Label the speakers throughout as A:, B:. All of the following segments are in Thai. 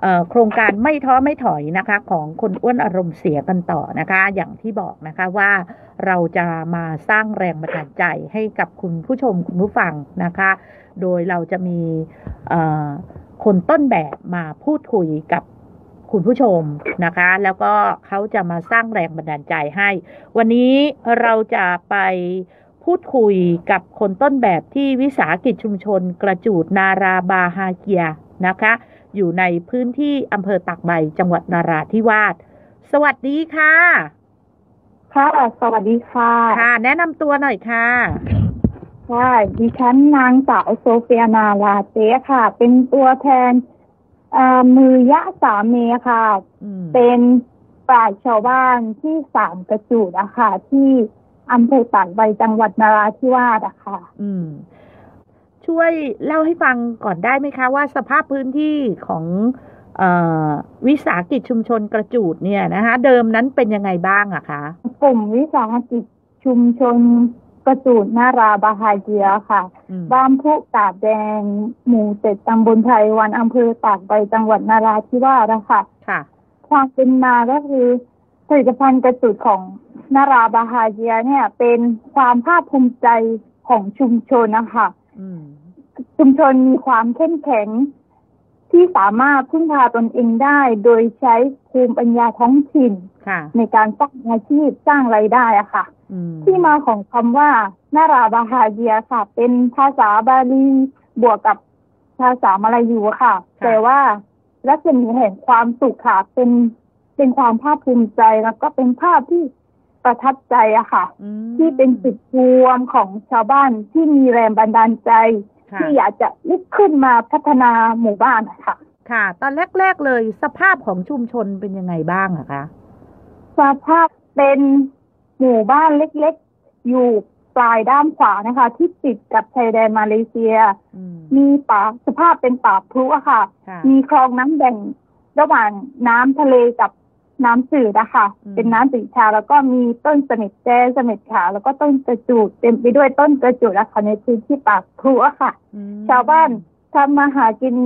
A: เอ่อโครงการไม่ท้อไม่ถอยนะคะ ของคนอ้วนอารมณ์เสียกันต่อนะคะ อย่างที่บอกนะคะว่าเราจะมาสร้างแรงบันดาลใจให้กับคุณผู้ชมคุณผู้ฟังนะคะ โดยเราจะมีเอ่อคนต้นแบบมาพูดคุยกับคุณผู้ชมนะคะ แล้วก็เขาจะมาสร้างแรงบันดาลใจให้ วันนี้เราจะไปพูดคุยกับคนต้นแบบที่วิสาหกิจชุมชนกระจูดนาราบาฮาเกียนะคะ อยู่ในพื้นที่อำเภอตากใบจังหวัดนาราธิวาสสวัสดีค่ะ
B: ค่ะ สวัสดีค่ะ
A: ค่ะ แนะนำตัวหน่อยค่ะ
B: ค่ะดิฉันนางสาวโซเฟียนาลาเจค่ะ เป็นตัวแทนเอ่อมือยะสามีค่ะ
A: อืม
B: เป็นป่าชาวบ้านที่สามกระจูดอะค่ะ ที่อำเภอตากใบจังหวัดนราธิวาสอะค่ะ
A: อืม ช่วยเล่าให้ฟังก่อนได้ไหมคะ ว่าสภาพพื้นที่ของเออวิสาหกิจชุมชนกระจูดเนี่ยนะคะ เดิมนั้นเป็นยังไงบ้างอะคะ
B: กลุ่มวิสาหกิจชุมชนกระจูดนาราบาฮาเกียค่ะ
A: อืม
B: บ้านผู้กาบแดง หมู่เจ็ดตำบลไพรวันอำเภอตากใบจังหวัดนราธิวาสอะค่ะ
A: ค่ะ
B: ความเป็นมาก็คือผลิตภัณฑ์กระจุดของนาราบาฮาเยียเนี่ย เป็นความภาคภูมิใจของชุมชนนะคะ
A: อืม
B: ชุมชนมีความเข้มแข็ง ที่สามารถพึ่งพาตนเองได้ โดยใช้ภูมิปัญญาท้องถิ่น
A: ค่ะ
B: ในการสร้างอาชีพสร้างไรายได้อะค่ะ
A: อืม
B: ที่มาของคำว่านาราบาฮาเยียค่ะ เป็นภาษาบาลีบวกกับภาษามาลายูค่ะ
A: ะ
B: แต่ว่ารัศมีแห่งความสุขค่ะ เป็นเป็นความภาคภูมิใจแล้วก็เป็นภาพที่ประทับใจอะค่ะ
A: อืม
B: ที่เป็นจุดรวมของชาวบ้านที่มีแรงบันดาลใจ
A: ค่ะ
B: ที่อยากจะลุกขึ้นมาพัฒนาหมู่บ้านอะค่ะ
A: ค่ะ ตอนแรก ๆ เลยสภาพของชุมชนเป็นยังไงบ้างอะคะ
B: สภาพเป็นหมู่บ้านเล็กๆ อยู่ปลายด้านขวานะคะ ที่ติดกับชายแดนมาเลเซีย
A: อืม
B: มีป่าสภาพเป็นป่าพลุอะค่ะ
A: ค่ะ
B: มีคลองน้ำแบ่งระหว่างน้ำทะเลกับน้ำจืดอะค่ะ
A: อืม
B: เป็นน้ำสีชาแล้วก็มีต้นเสม็ดแจ้เสม็ดขาวแล้วก็ต้นกระจูดเต็มไปด้วยต้นกระจูดอะค่ะในพื้นที่ป่าพลุอะค่ะ
A: อืม
B: ชาวบ้านทำมาหากิน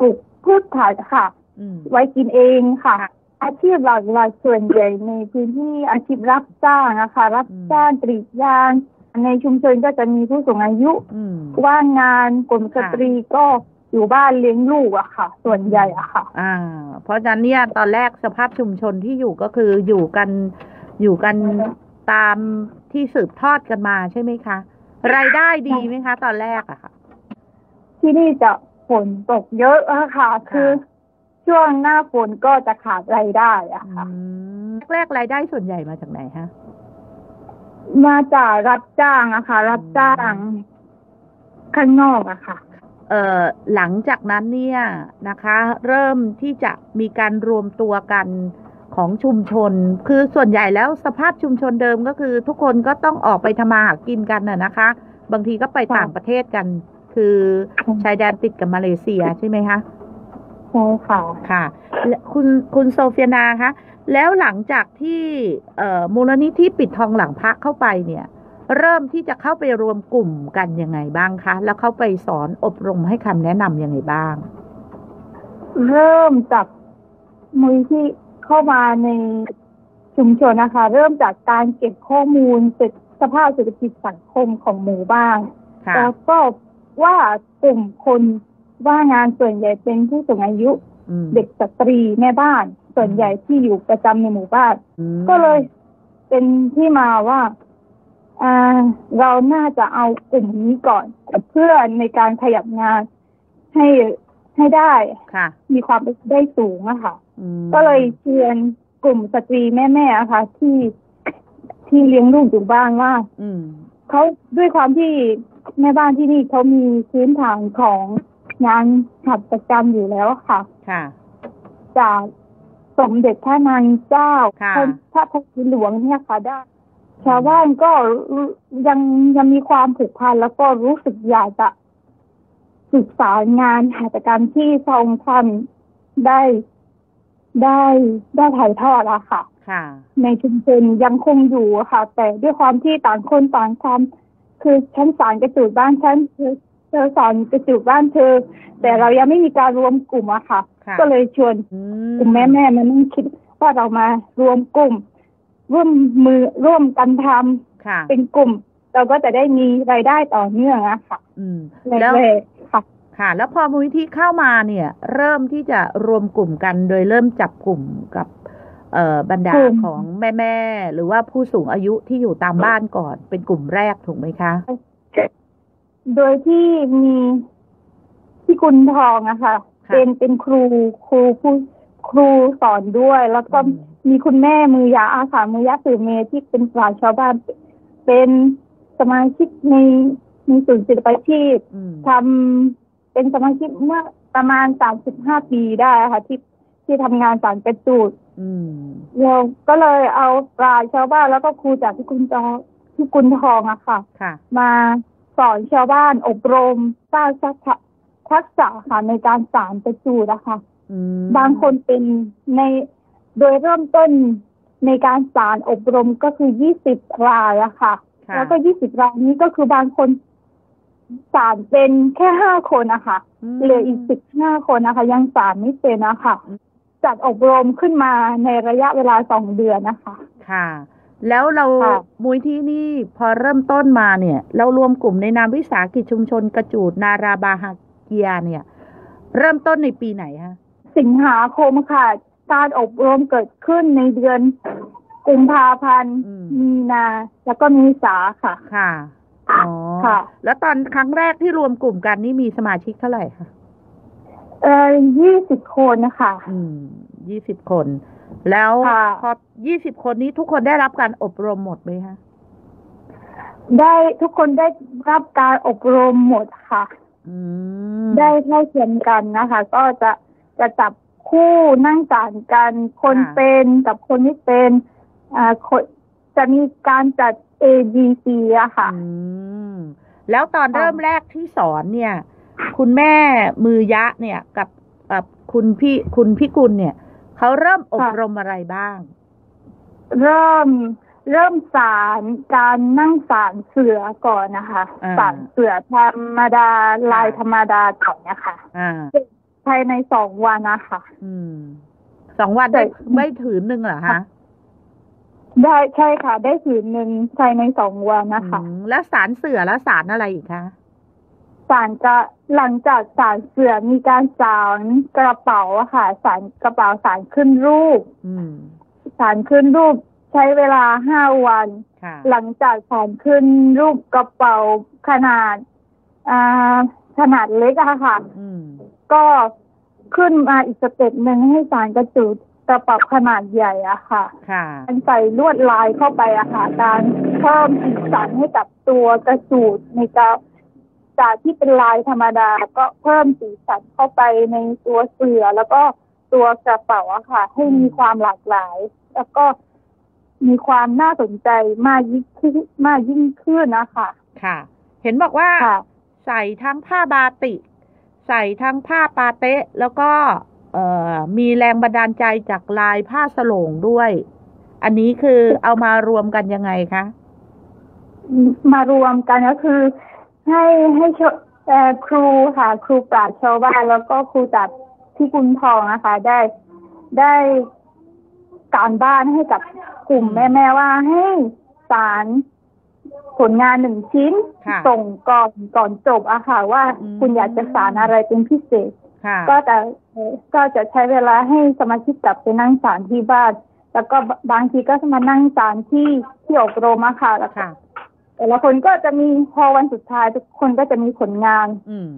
B: ปลูกพืชผักอะค่ะ
A: อืม
B: ไว้กินเองค่ะ
A: ค่ะ
B: อาชีพหลักๆส่วนใหญ่ในพื้นที่อาชีพรับจ้างนะคะ รับ
A: อืม
B: จ้างกรีดยางในชุมชนก็จะมีผู้สูงอายุ
A: อืม
B: ว่างงานกลุ่มส
A: ค่ะ
B: ตรีก็อยู่บ้านเลี้ยงลูกอะค่ะ ส่วนใหญ่อะค่ะ
A: อ่า เพราะฉะนั้นเนี่ยตอนแรกสภาพชุมชนที่อยู่ก็คืออยู่กันอยู่กันตามที่สืบทอดกันมาใช่ไหมคะ รายได้ดีไหมคะ ตอนแรกอะค่ะ
B: ที่นี่จะฝนตกเยอะอะค่ะ คือ ช่วงหน้าฝนก็จะขาดรายได้อะ
A: อื
B: ค่ะ
A: มแรกๆรายได้ส่วนใหญ่มาจากไหนฮะ
B: มาจากรับจ้างอะค่ะ รับจ้างข้างนอกอะค่ะ
A: เอ่อหลังจากนั้นเนี่ยนะคะ เริ่มที่จะมีการรวมตัวกันของชุมชน คือส่วนใหญ่แล้วสภาพชุมชนเดิมก็คือ ทุกคนก็ต้องออกไปทำมาหากินกันน่ะนะคะ บางทีก็ไป
B: ค่ะ
A: ต่างประเทศกัน คือชายแดนติดกับมาเลเซียใช่ไหมคะ
B: ใช่ค่ะ
A: ค่ะและคุณคุณโซเฟียนาคะแล้วหลังจากที่เอ่อมูลนิธิปิดทองหลังพระเข้าไปเนี่ย เริ่มที่จะเข้าไปรวมกลุ่มกันยังไงบ้างคะแล้วเข้าไปสอนอบรมให้คำแนะนำยังไงบ้าง
B: เริ่มจากมูลที่เข้ามาในชุมชนนะคะ เริ่มจากการเก็บข้อมูลเศรษฐสภาพเศรษฐกิจสังคมของหมู่บ้าน
A: ค่ะ
B: แล้วก็ว่ากลุ่มคนว่างงานส่วนใหญ่เป็นผู้สูงอายุ
A: อืม
B: เด็กสตรีแม่บ้าน ส่วนใหญ่ที่อยู่ประจำในหมู่บ้าน
A: อืม
B: ก็เลยเป็นที่มาว่าอ่าเราน่าจะเอากลุ่มนี้ก่อนเพื่อในการขยับงานให้ให้ได้
A: ค่ะ
B: มีความเป็นไปได้สูงอะค่ะ
A: อืม
B: ก็เลยเชิญกลุ่มสตรีแม่ๆอะค่ะ ที่ที่เลี้ยงลูกอยู่บ้านว่า
A: อืม
B: เขาด้วยความที่แม่บ้านที่นี่เขามีพื้นฐานของงานหัตถกรรมอยู่แล้วค่ะ
A: ค่ะ
B: จากสมเด็จพระนางเจ้า
A: ค่ะ
B: ท่านพระพักตร์หลวงเนี่ยค่ะได้ ชาวบ้านก็รู้ยังยังมีความผูกพันแล้วก็รู้สึกอยากจะศึกษางานหัตถกรรมที่พระองค์ท่านได้ได้ได้ถ่ายทอดอะค่ะ
A: ค่ะ
B: ในชุมชนยังคงอยู่อะค่ะ แต่ด้วยความที่ต่างคนต่างทำคือชั้นสารกระจุดบ้านชั้น เธอสอนกระจุกบ้านเธอ แต่เรายังไม่มีการรวมกลุ่มอะค่ะ
A: ค่ะ
B: ก็เลยชวน
A: อื
B: กลุ่มแม่แม่ๆมานั่งคิดว่าเรามารวมกลุ่ม ร่วมมือร่วมกันทำ
A: ค่ะ
B: เป็นกลุ่ม เราก็จะได้มีรายได้ต่อเนื่องอะค่ะ
A: อืม
B: เลย
A: แล้ว
B: เลยค่ะ
A: ค่ะ แล้วพอมูลนิธิเข้ามาเนี่ย เริ่มที่จะรวมกลุ่มกันโดยเริ่มจับกลุ่มกับ เอ่อบรรดาก
B: ลุ่ม
A: ของแม่แม่ๆหรือว่าผู้สูงอายุที่อยู่ตามบ้านก่อนเป็นกลุ่มแรกถูกไหมคะ
B: โดยที่มีพี่กุลทองอะค่ะ
A: ค่ะ
B: เป็นเป็นครูครูผู้ครูสอนด้วย แล้วก็มีคุณแม่มือยาอาสามือยาสื่อเมที่เป็นสายชาวบ้าน เป็นสมาชิกในในศูนย์ศิลปาชีพ
A: อืม
B: ทำเป็นสมาชิกเมื่อประมาณสามสิบห้าปีได้ค่ะ ที่ที่ทำงานสารเป็นจูด
A: อืม
B: เราก็เลยเอาปลาชาวบ้านแล้วก็ครูจากที่กุลจอที่กุลทองอะค่ะ
A: ค่ะ
B: มาสอนชาวบ้านอบรมสร้างทักษะทักษะค่ะในการสารประจูดนะคะ
A: อืม
B: บางคนเป็นในโดยเริ่มต้นในการสารอบรมก็คือ 20 รายอะค่ะ
A: ค่ะ
B: แล้วก็ 20 รายนี้ก็คือบางคนสารเป็นแค่ 5 คนนะคะ
A: ม
B: เหลืออีก 15 คนนะคะ ยังสารไม่เป็นนะคะ
A: อืม
B: จัดอบรมขึ้นมาในระยะเวลา 2 เดือนนะคะ
A: ค่ะ แล้วเรา
B: ค่ะ
A: มูลนิธินี่พอเริ่มต้นมาเนี่ย เรารวมกลุ่มในนามวิสาหกิจชุมชนกระจูดนาราบาฮาเกียเนี่ย เริ่มต้นในปีไหนคะ
B: สิงหาคมค่ะ การอบรมเกิดขึ้นในเดือนกุมภาพันธ์
A: อืม
B: มีนา แล้วก็เมีสาค่ะ
A: ค่ะ อ๋อ
B: ค่ะ
A: แล้วตอนครั้งแรกที่รวมกลุ่มกันนี่มีสมาชิกเท่าไหร่คะ
B: เอ่อยี่สิบคนนะคะ
A: อืม ยี่สิบคน แล้ว
B: ค่ะ
A: พอยี่สิบคนนี้ทุกคนได้รับการอบรมหมดไหมคะ
B: ได้ทุกคนได้รับการอบรมหมดค่ะ
A: อืม
B: ได้เท่าเทียมกันนะคะ ก็จะจะจับคู่นั่งสารกัน คนเป็นกับคนไม่เป็นอ่าคนจะมีการจัด A B C อะค่ะ
A: อืม แล้วตอน
B: ค่ะ
A: เริ่มแรกที่สอนเนี่ย คุณแม่มือยะเนี่ยกับกับคุณพี่คุณพี่กุลเนี่ย เขาเริ่มอบรมอะไรบ้าง
B: เริ่มเริ่มสารการนั่งสารเสือก่อนนะคะ
A: อ่า
B: สารเสือธรรมดาลาย
A: ค่ะ
B: ธรรมดาก่อนนะคะ
A: อ่า
B: ภายในสองวันนะคะ
A: อืม สองวันได้
B: แต่
A: ได้ถือหนึ่งเหรอคะ
B: ได้ใช่ค่ะ ได้ถือหนึ่งภายในสองวันนะคะ
A: อืมแล้วสารเสือแล้วสารอะไรอีกคะ
B: สารจะหลังจากสารเสือมีการสารกระเป๋าอะค่ะ สารกระเป๋าสารขึ้นรูป
A: อืม
B: สารขึ้นรูปใช้เวลาห้าวัน
A: ค่ะ
B: หลังจากสารขึ้นรูปกระเป๋าขนาดอ่าขนาดเล็กอะค่ะ
A: อืม
B: ก็ขึ้นมาอีกสเต็ปหนึ่งให้สารกระจุดกระปับขนาดใหญ่อะค่ะ
A: ค่ะ
B: การใส่ลวดลายเข้าไปอะค่ะ การเพิ่มสีสันให้กับตัวกระจูดในกระจากที่เป็นลายธรรมดา ก็เพิ่มสีสันเข้าไปในตัวเสือแล้วก็ตัวกระเป๋าอะค่ะ ให้มีความหลากหลาย แล้วก็มีความน่าสนใจมากยิ่งขึ้นมากยิ่งขึ้นนะคะ
A: ค่ะ เห็นบอกว่า
B: ค่ะ
A: ใส่ทั้งผ้าบาติก ใส่ทั้งผ้าปาเต๊ะ แล้วก็ เอ่อ มีแรงบันดาลใจจากลายผ้าสโลงด้วย อันนี้คือเอามารวมกันยังไงคะ
B: มารวมกันก็คือ ให้ให้ชาวเอ่อครูค่ะ ครูปราชญ์ชาวบ้านแล้วก็ครูจากที่กุนทองนะคะ ได้ได้การบ้านให้กับกลุ่มแม่แม่ๆว่าให้สารผลงานหนึ่งชิ้น
A: ค่ะ
B: ส่งก่อนก่อนจบอะค่ะ ว่า
A: อืม
B: คุณอยากจะสารอะไรเป็นพิเศษ
A: ค่ะ
B: ก็จะเอ่อก็จะใช้เวลาให้สมาชิกกลับไปนั่งสารที่บ้านแล้วก็บบางทีก็มานั่งสารที่ที่อบรมอะค่ะแล้วก็
A: ค่ะ
B: แต่ละคนก็จะมีพอวันสุดท้ายทุกคนก็จะมีผลงาน
A: อืม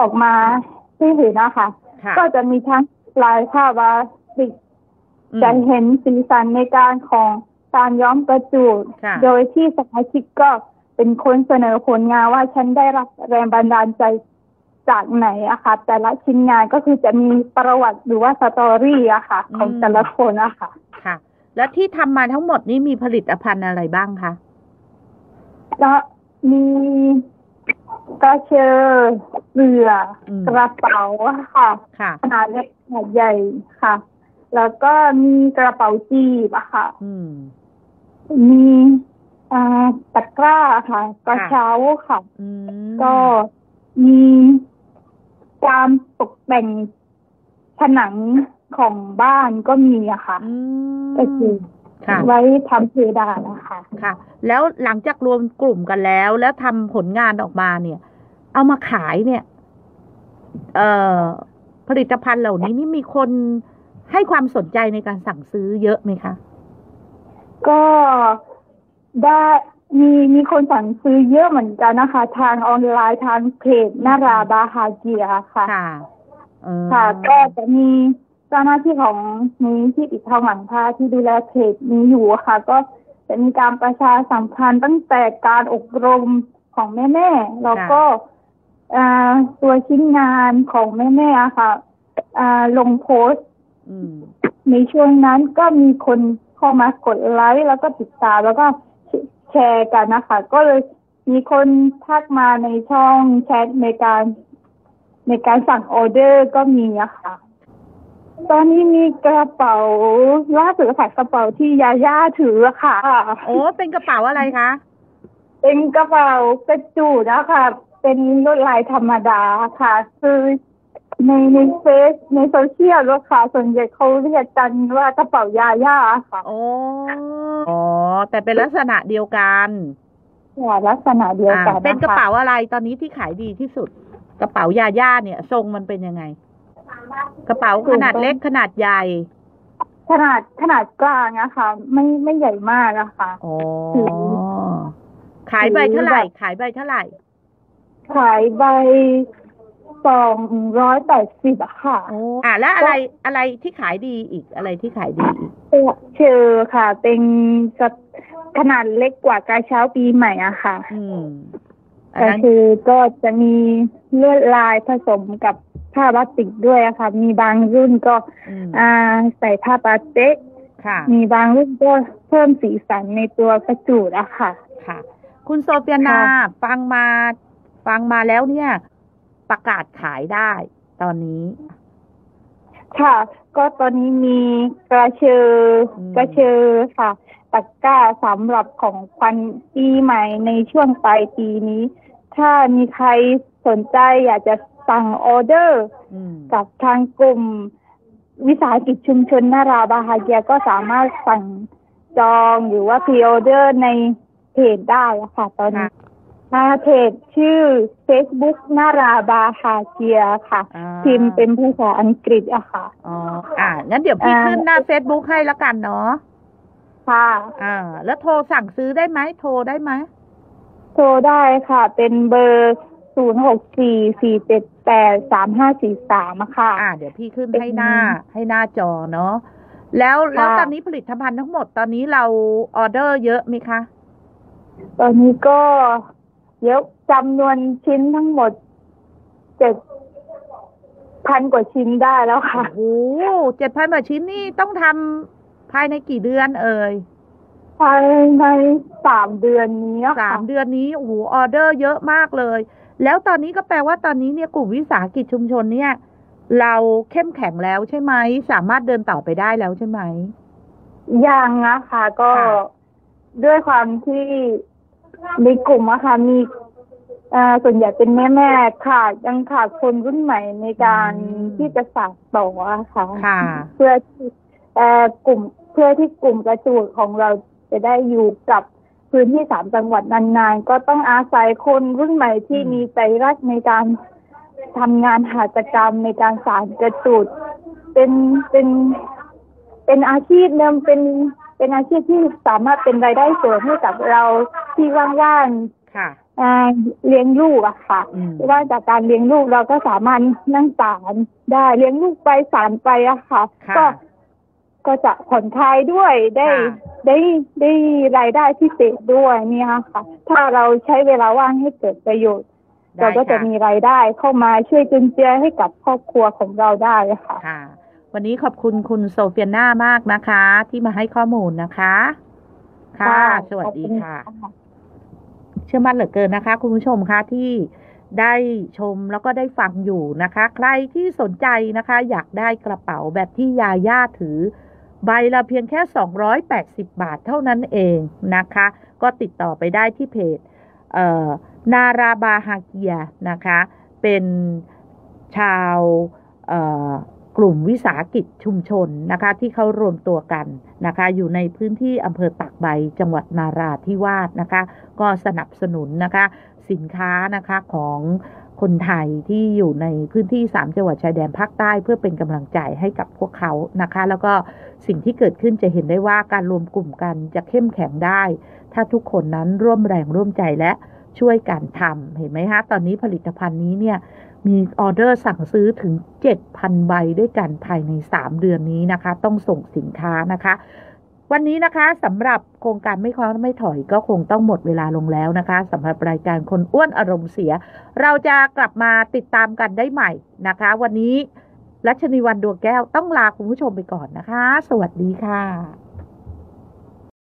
B: ออกมาที่เห็นนะคะ
A: ค่ะ
B: ก็จะมีทั้งลายผ้าบาติก
A: อืม
B: จะเห็นสีสันในการของการย้อมประจุด
A: ค่ะ
B: โดยที่สมาชิกก็เป็นคนเสนอผลงานว่าฉันได้รับแรงบันดาลใจจากไหนอะค่ะ แต่ละชิ้นงานก็คือจะมีประวัติหรือว่าสตอรี่อะค่ะ ของแต่ละคนอะค่ะ
A: ค่ะ แล้วที่ทำมาทั้งหมดนี้มีผลิตภัณฑ์อะไรบ้างคะ
B: ก็มีกระเชอเรืออ
A: ม
B: กระเป๋าค่ะ
A: ค่ะ
B: ขนาดเล็กขนาดใหญ่ค่ะ แล้วก็มีกระเป๋าจีบอะค่ะ
A: อืม
B: มีอ่าตะกร้าค่ะ กระเช้าค่ะ
A: อืม
B: ก็ มีการตกแต่งผนังของบ้านก็มีอะค่ะ
A: อืม
B: ก็คือ
A: ค่ะ
B: ไว้ทำเพดานนะคะ
A: ค่ะ แล้วหลังจากรวมกลุ่มกันแล้ว แล้วทำผลงานออกมาเนี่ย เอามาขายเนี่ย เอ่อผลิตภัณฑ์เหล่านี้นี่มีคนให้ความสนใจในการสั่งซื้อเยอะไหมคะ
B: ก็ได้มีมีคนสั่งซื้อเยอะเหมือนกันนะคะ ทางออนไลน์ทางเพจนาราบาฮาเกียค่ะ
A: ค่ะเออ
B: ค่ะ ก็จะมีเจ้าหน้าที่ของมูลนิธิอิทธาหวังพาที่ดูแลเพจนี้อยู่อะค่ะ ก็จะมีการประชาสัมพันธ์ตั้งแต่การอบรมของแม่ๆแล้วก็เอ่อตัวชิ้นงานของแม่ๆอะค่ะเอ่อลงโพสต์
A: อืม
B: ในช่วงนั้นก็มีคนเข้ามากดไลค์แล้วก็ติดตามแล้วก็แชร์กันนะคะ ก็เลยมีคนทักมาในช่องแชทในการในการสั่งออเดอร์ก็มีอะค่ะ ตอนนี้มีกระเป๋าล่าสุดค่ะกระเป๋าที่ยาย่าถืออะค่ะ
A: โอ้เป็นกระเป๋าอะไรคะ
B: เป็นกระเป๋ากระจูดนะคะเป็นลวดลายธรรมดาค่ะ คือในในเฟซในโซเชียลอะค่ะส่วนใหญ่เขาเรียกกันว่ากระเป๋ายาย่าค่ะ
A: โอ้อ๋อ แต่เป็นลักษณะเดียวกัน
B: ค่ะลักษณะเดียวกัน
A: อ่า
B: ค
A: เป็นกระเป๋าอะไรตอนนี้ที่ขายดีที่สุด กระเป๋ายาย่าเนี่ย ทรงมันเป็นยังไง กระเป๋าขนาดเล็กขนาดใหญ่
B: ขนาดขนาดกลางอะค่ะ ไม่ไม่ใหญ่มากอะค่ะ
A: อ๋อขายใบเท่าไหร่ ขายใบเท่าไหร่
B: ขายใบสองร้อยแปดสิบอะค่ะ
A: โอ้อ่าแล้วอะไรอะไรที่ขายดีอีกอะไรที่ขายดีอีก
B: เชื่อค่ะ เป็นกระขนาดเล็กกว่ากระเช้าปีใหม่อะค่ะ
A: อืมอัน
B: ก็
A: นั้น
B: คือก็จะมีลวดลายผสมกับผ้าบาติกด้วยอะค่ะ มีบางรุ่นก็
A: อืม
B: อ่าใส่ผ้าปาเต๊ะ
A: ค่ะ
B: มีบางรุ่นก็เพิ่มสีสันในตัวกระจูดอะค่ะ
A: ค่ะ คุณโซเฟียนา
B: ค่ะ
A: ฟังมาฟังมาแล้วเนี่ย ประกาศขายได้ตอนนี้
B: ค่ะ ก็ตอนนี้มีกระเชออ
A: ม
B: กระเชอค่ะตะกร้าสำหรับของควันปีใหม่ในช่วงปลายปีนี้ ถ้ามีใครสนใจอยากจะสั่งออเดอร์
A: อืม
B: กับทางกลุ่มวิสาหกิจชุมชนนาราบาฮาเกียก็สามารถสั่งจองหรือว่าพรีออเดอร์ในเพจได้อะค่ะ ตอนนี้มาเพจชื่อ Facebook นาราบาฮาเกียค่ะ
A: อ่า
B: พิมพ์เป็นภาษาอังกฤษอะค่ะ
A: อ๋ออ่างั้นเดี๋ยวพี่
B: อ่า
A: ขึ้นหน้า Facebook ให้แล้วกันเนาะ
B: ค่ะ
A: อ่า แล้วโทรสั่งซื้อได้ไหมโทรได้ไหม
B: โทรได้ค่ะ เป็นเบอร์ 0 6 4 4 7 8 3 5 4 3อะค่ะ
A: อ่า เดี๋ยวพี่ขึ้นให้หน้าให้หน้าจอเนาะแล้วแล้วตอนนี้ผลิตภัณฑ์ทั้งหมดตอนนี้เราออเดอร์เยอะไหมคะ
B: ตอนนี้ก็เยอะจำนวนชิ้นทั้งหมดเจ็ดพันกว่าชิ้นได้แล้วค่ะ
A: โอ้โหเจ็ดพันกว่าชิ้นนี่ต้องทำภายในกี่เดือนเอ่ย
B: ภายในสามเดือนนี้อะ
A: สา
B: ค่ะ
A: มเดือนนี้โอ้โหออเดอร์เยอะมากเลย แล้วตอนนี้ก็แปลว่าตอนนี้เนี่ยกลุ่มวิสาหกิจชุมชนเนี่ย เราเข้มแข็งแล้วใช่ไหม สามารถเดินต่อไปได้แล้วใช่ไหม
B: ยังอะค่ะ ก็
A: ค่ะ
B: ด้วยความที่ในกลุ่มอะค่ะมีเอ่อส่วนใหญ่เป็นแม่แม่ๆค่ะ ยังขาดคนรุ่นใหม่ในการที่จะสานต่ออะค่ะ
A: ค่ะ
B: เพื่อที่เอ่อกลุ่มเพื่อที่กลุ่มกระจูดของเราจะได้อยู่กับพื้นที่สามจังหวัดนานๆ ก็ต้องอาศัยคนรุ่นใหม่ที่
A: อืม
B: มีใจรักในการทำงานหาตกรรมในการสารกระจูดเป็นเป็นเป็นอาชีพเดิมเป็นเป็นอาชีพที่สามารถเป็นรายได้เสริมให้กับเราที่ว่าง
A: ค่ะ
B: ๆเอ่อเลี้ยงลูกอะค่ะ
A: อืม
B: ว่าจากการเลี้ยงลูกเราก็สามารถนั่งสารได้เลี้ยงลูกไปสารไปอะค่ะ
A: ค่ะ
B: ก็ก็จะผ่อนคลายด้วยได้
A: ค่ะ
B: ได้ได้รายได้พิเศษด้วยเนี่ยค่ะ ถ้าเราใช้เวลาว่างให้เกิดประโยชน์
A: ได้
B: เราก็จะ
A: ค่
B: มีรายได้เข้ามาช่วยจุนเจือให้กับครอบครัวของเราได้ค่ะ
A: ค่ะ วันนี้ขอบคุณคุณโซเฟียน่ามากนะคะ ที่มาให้ข้อมูลนะคะ ค่ะ สวัสดีค่ะ เชื่อมั่นเหลือเกินนะคะ คุณผู้ชมคะที่ได้ชมแล้วก็ได้ฟังอยู่นะคะ ใครที่สนใจนะคะ อยากได้กระเป๋าแบบที่ยาย่าถือ ใบละเพียงแค่ 280 บาทเท่านั้นเองนะคะ ก็ติดต่อไปได้ที่เพจเอ่อนาราบาฮาเกียนะคะ เป็นชาวเอ่อกลุ่มวิสาหกิจชุมชนนะคะ ที่เขารวมตัวกันนะคะ อยู่ในพื้นที่อำเภอตากใบจังหวัดนาราธิวาสนะคะ ก็สนับสนุนนะคะ สินค้านะคะของคนไทยที่อยู่ในพื้นที่ 3 จังหวัดชายแดนภาคใต้เพื่อเป็นกำลังใจให้กับพวกเขานะคะ แล้วก็สิ่งที่เกิดขึ้นจะเห็นได้ว่าการรวมกลุ่มกันจะเข้มแข็งได้ ถ้าทุกคนนั้นร่วมแรงร่วมใจและช่วยกันทำเห็นไหมคะตอนนี้ผลิตภัณฑ์นี้เนี่ย มีออเดอร์สั่งซื้อถึง 7,000 ใบด้วยกันภายใน 3 เดือนนี้นะคะ ต้องส่งสินค้านะคะ วันนี้นะคะสำหรับโครงการไม่คว้าไม่ถอยก็คงต้องหมดเวลาลงแล้วนะคะสำหรับรายการคนอ้วนอารมณ์เสีย เราจะกลับมาติดตามกันได้ใหม่นะคะ วันนี้รัชนีวันดวงแก้วต้องลาคุณผู้ชมไปก่อนนะคะ สวัสดีค่ะ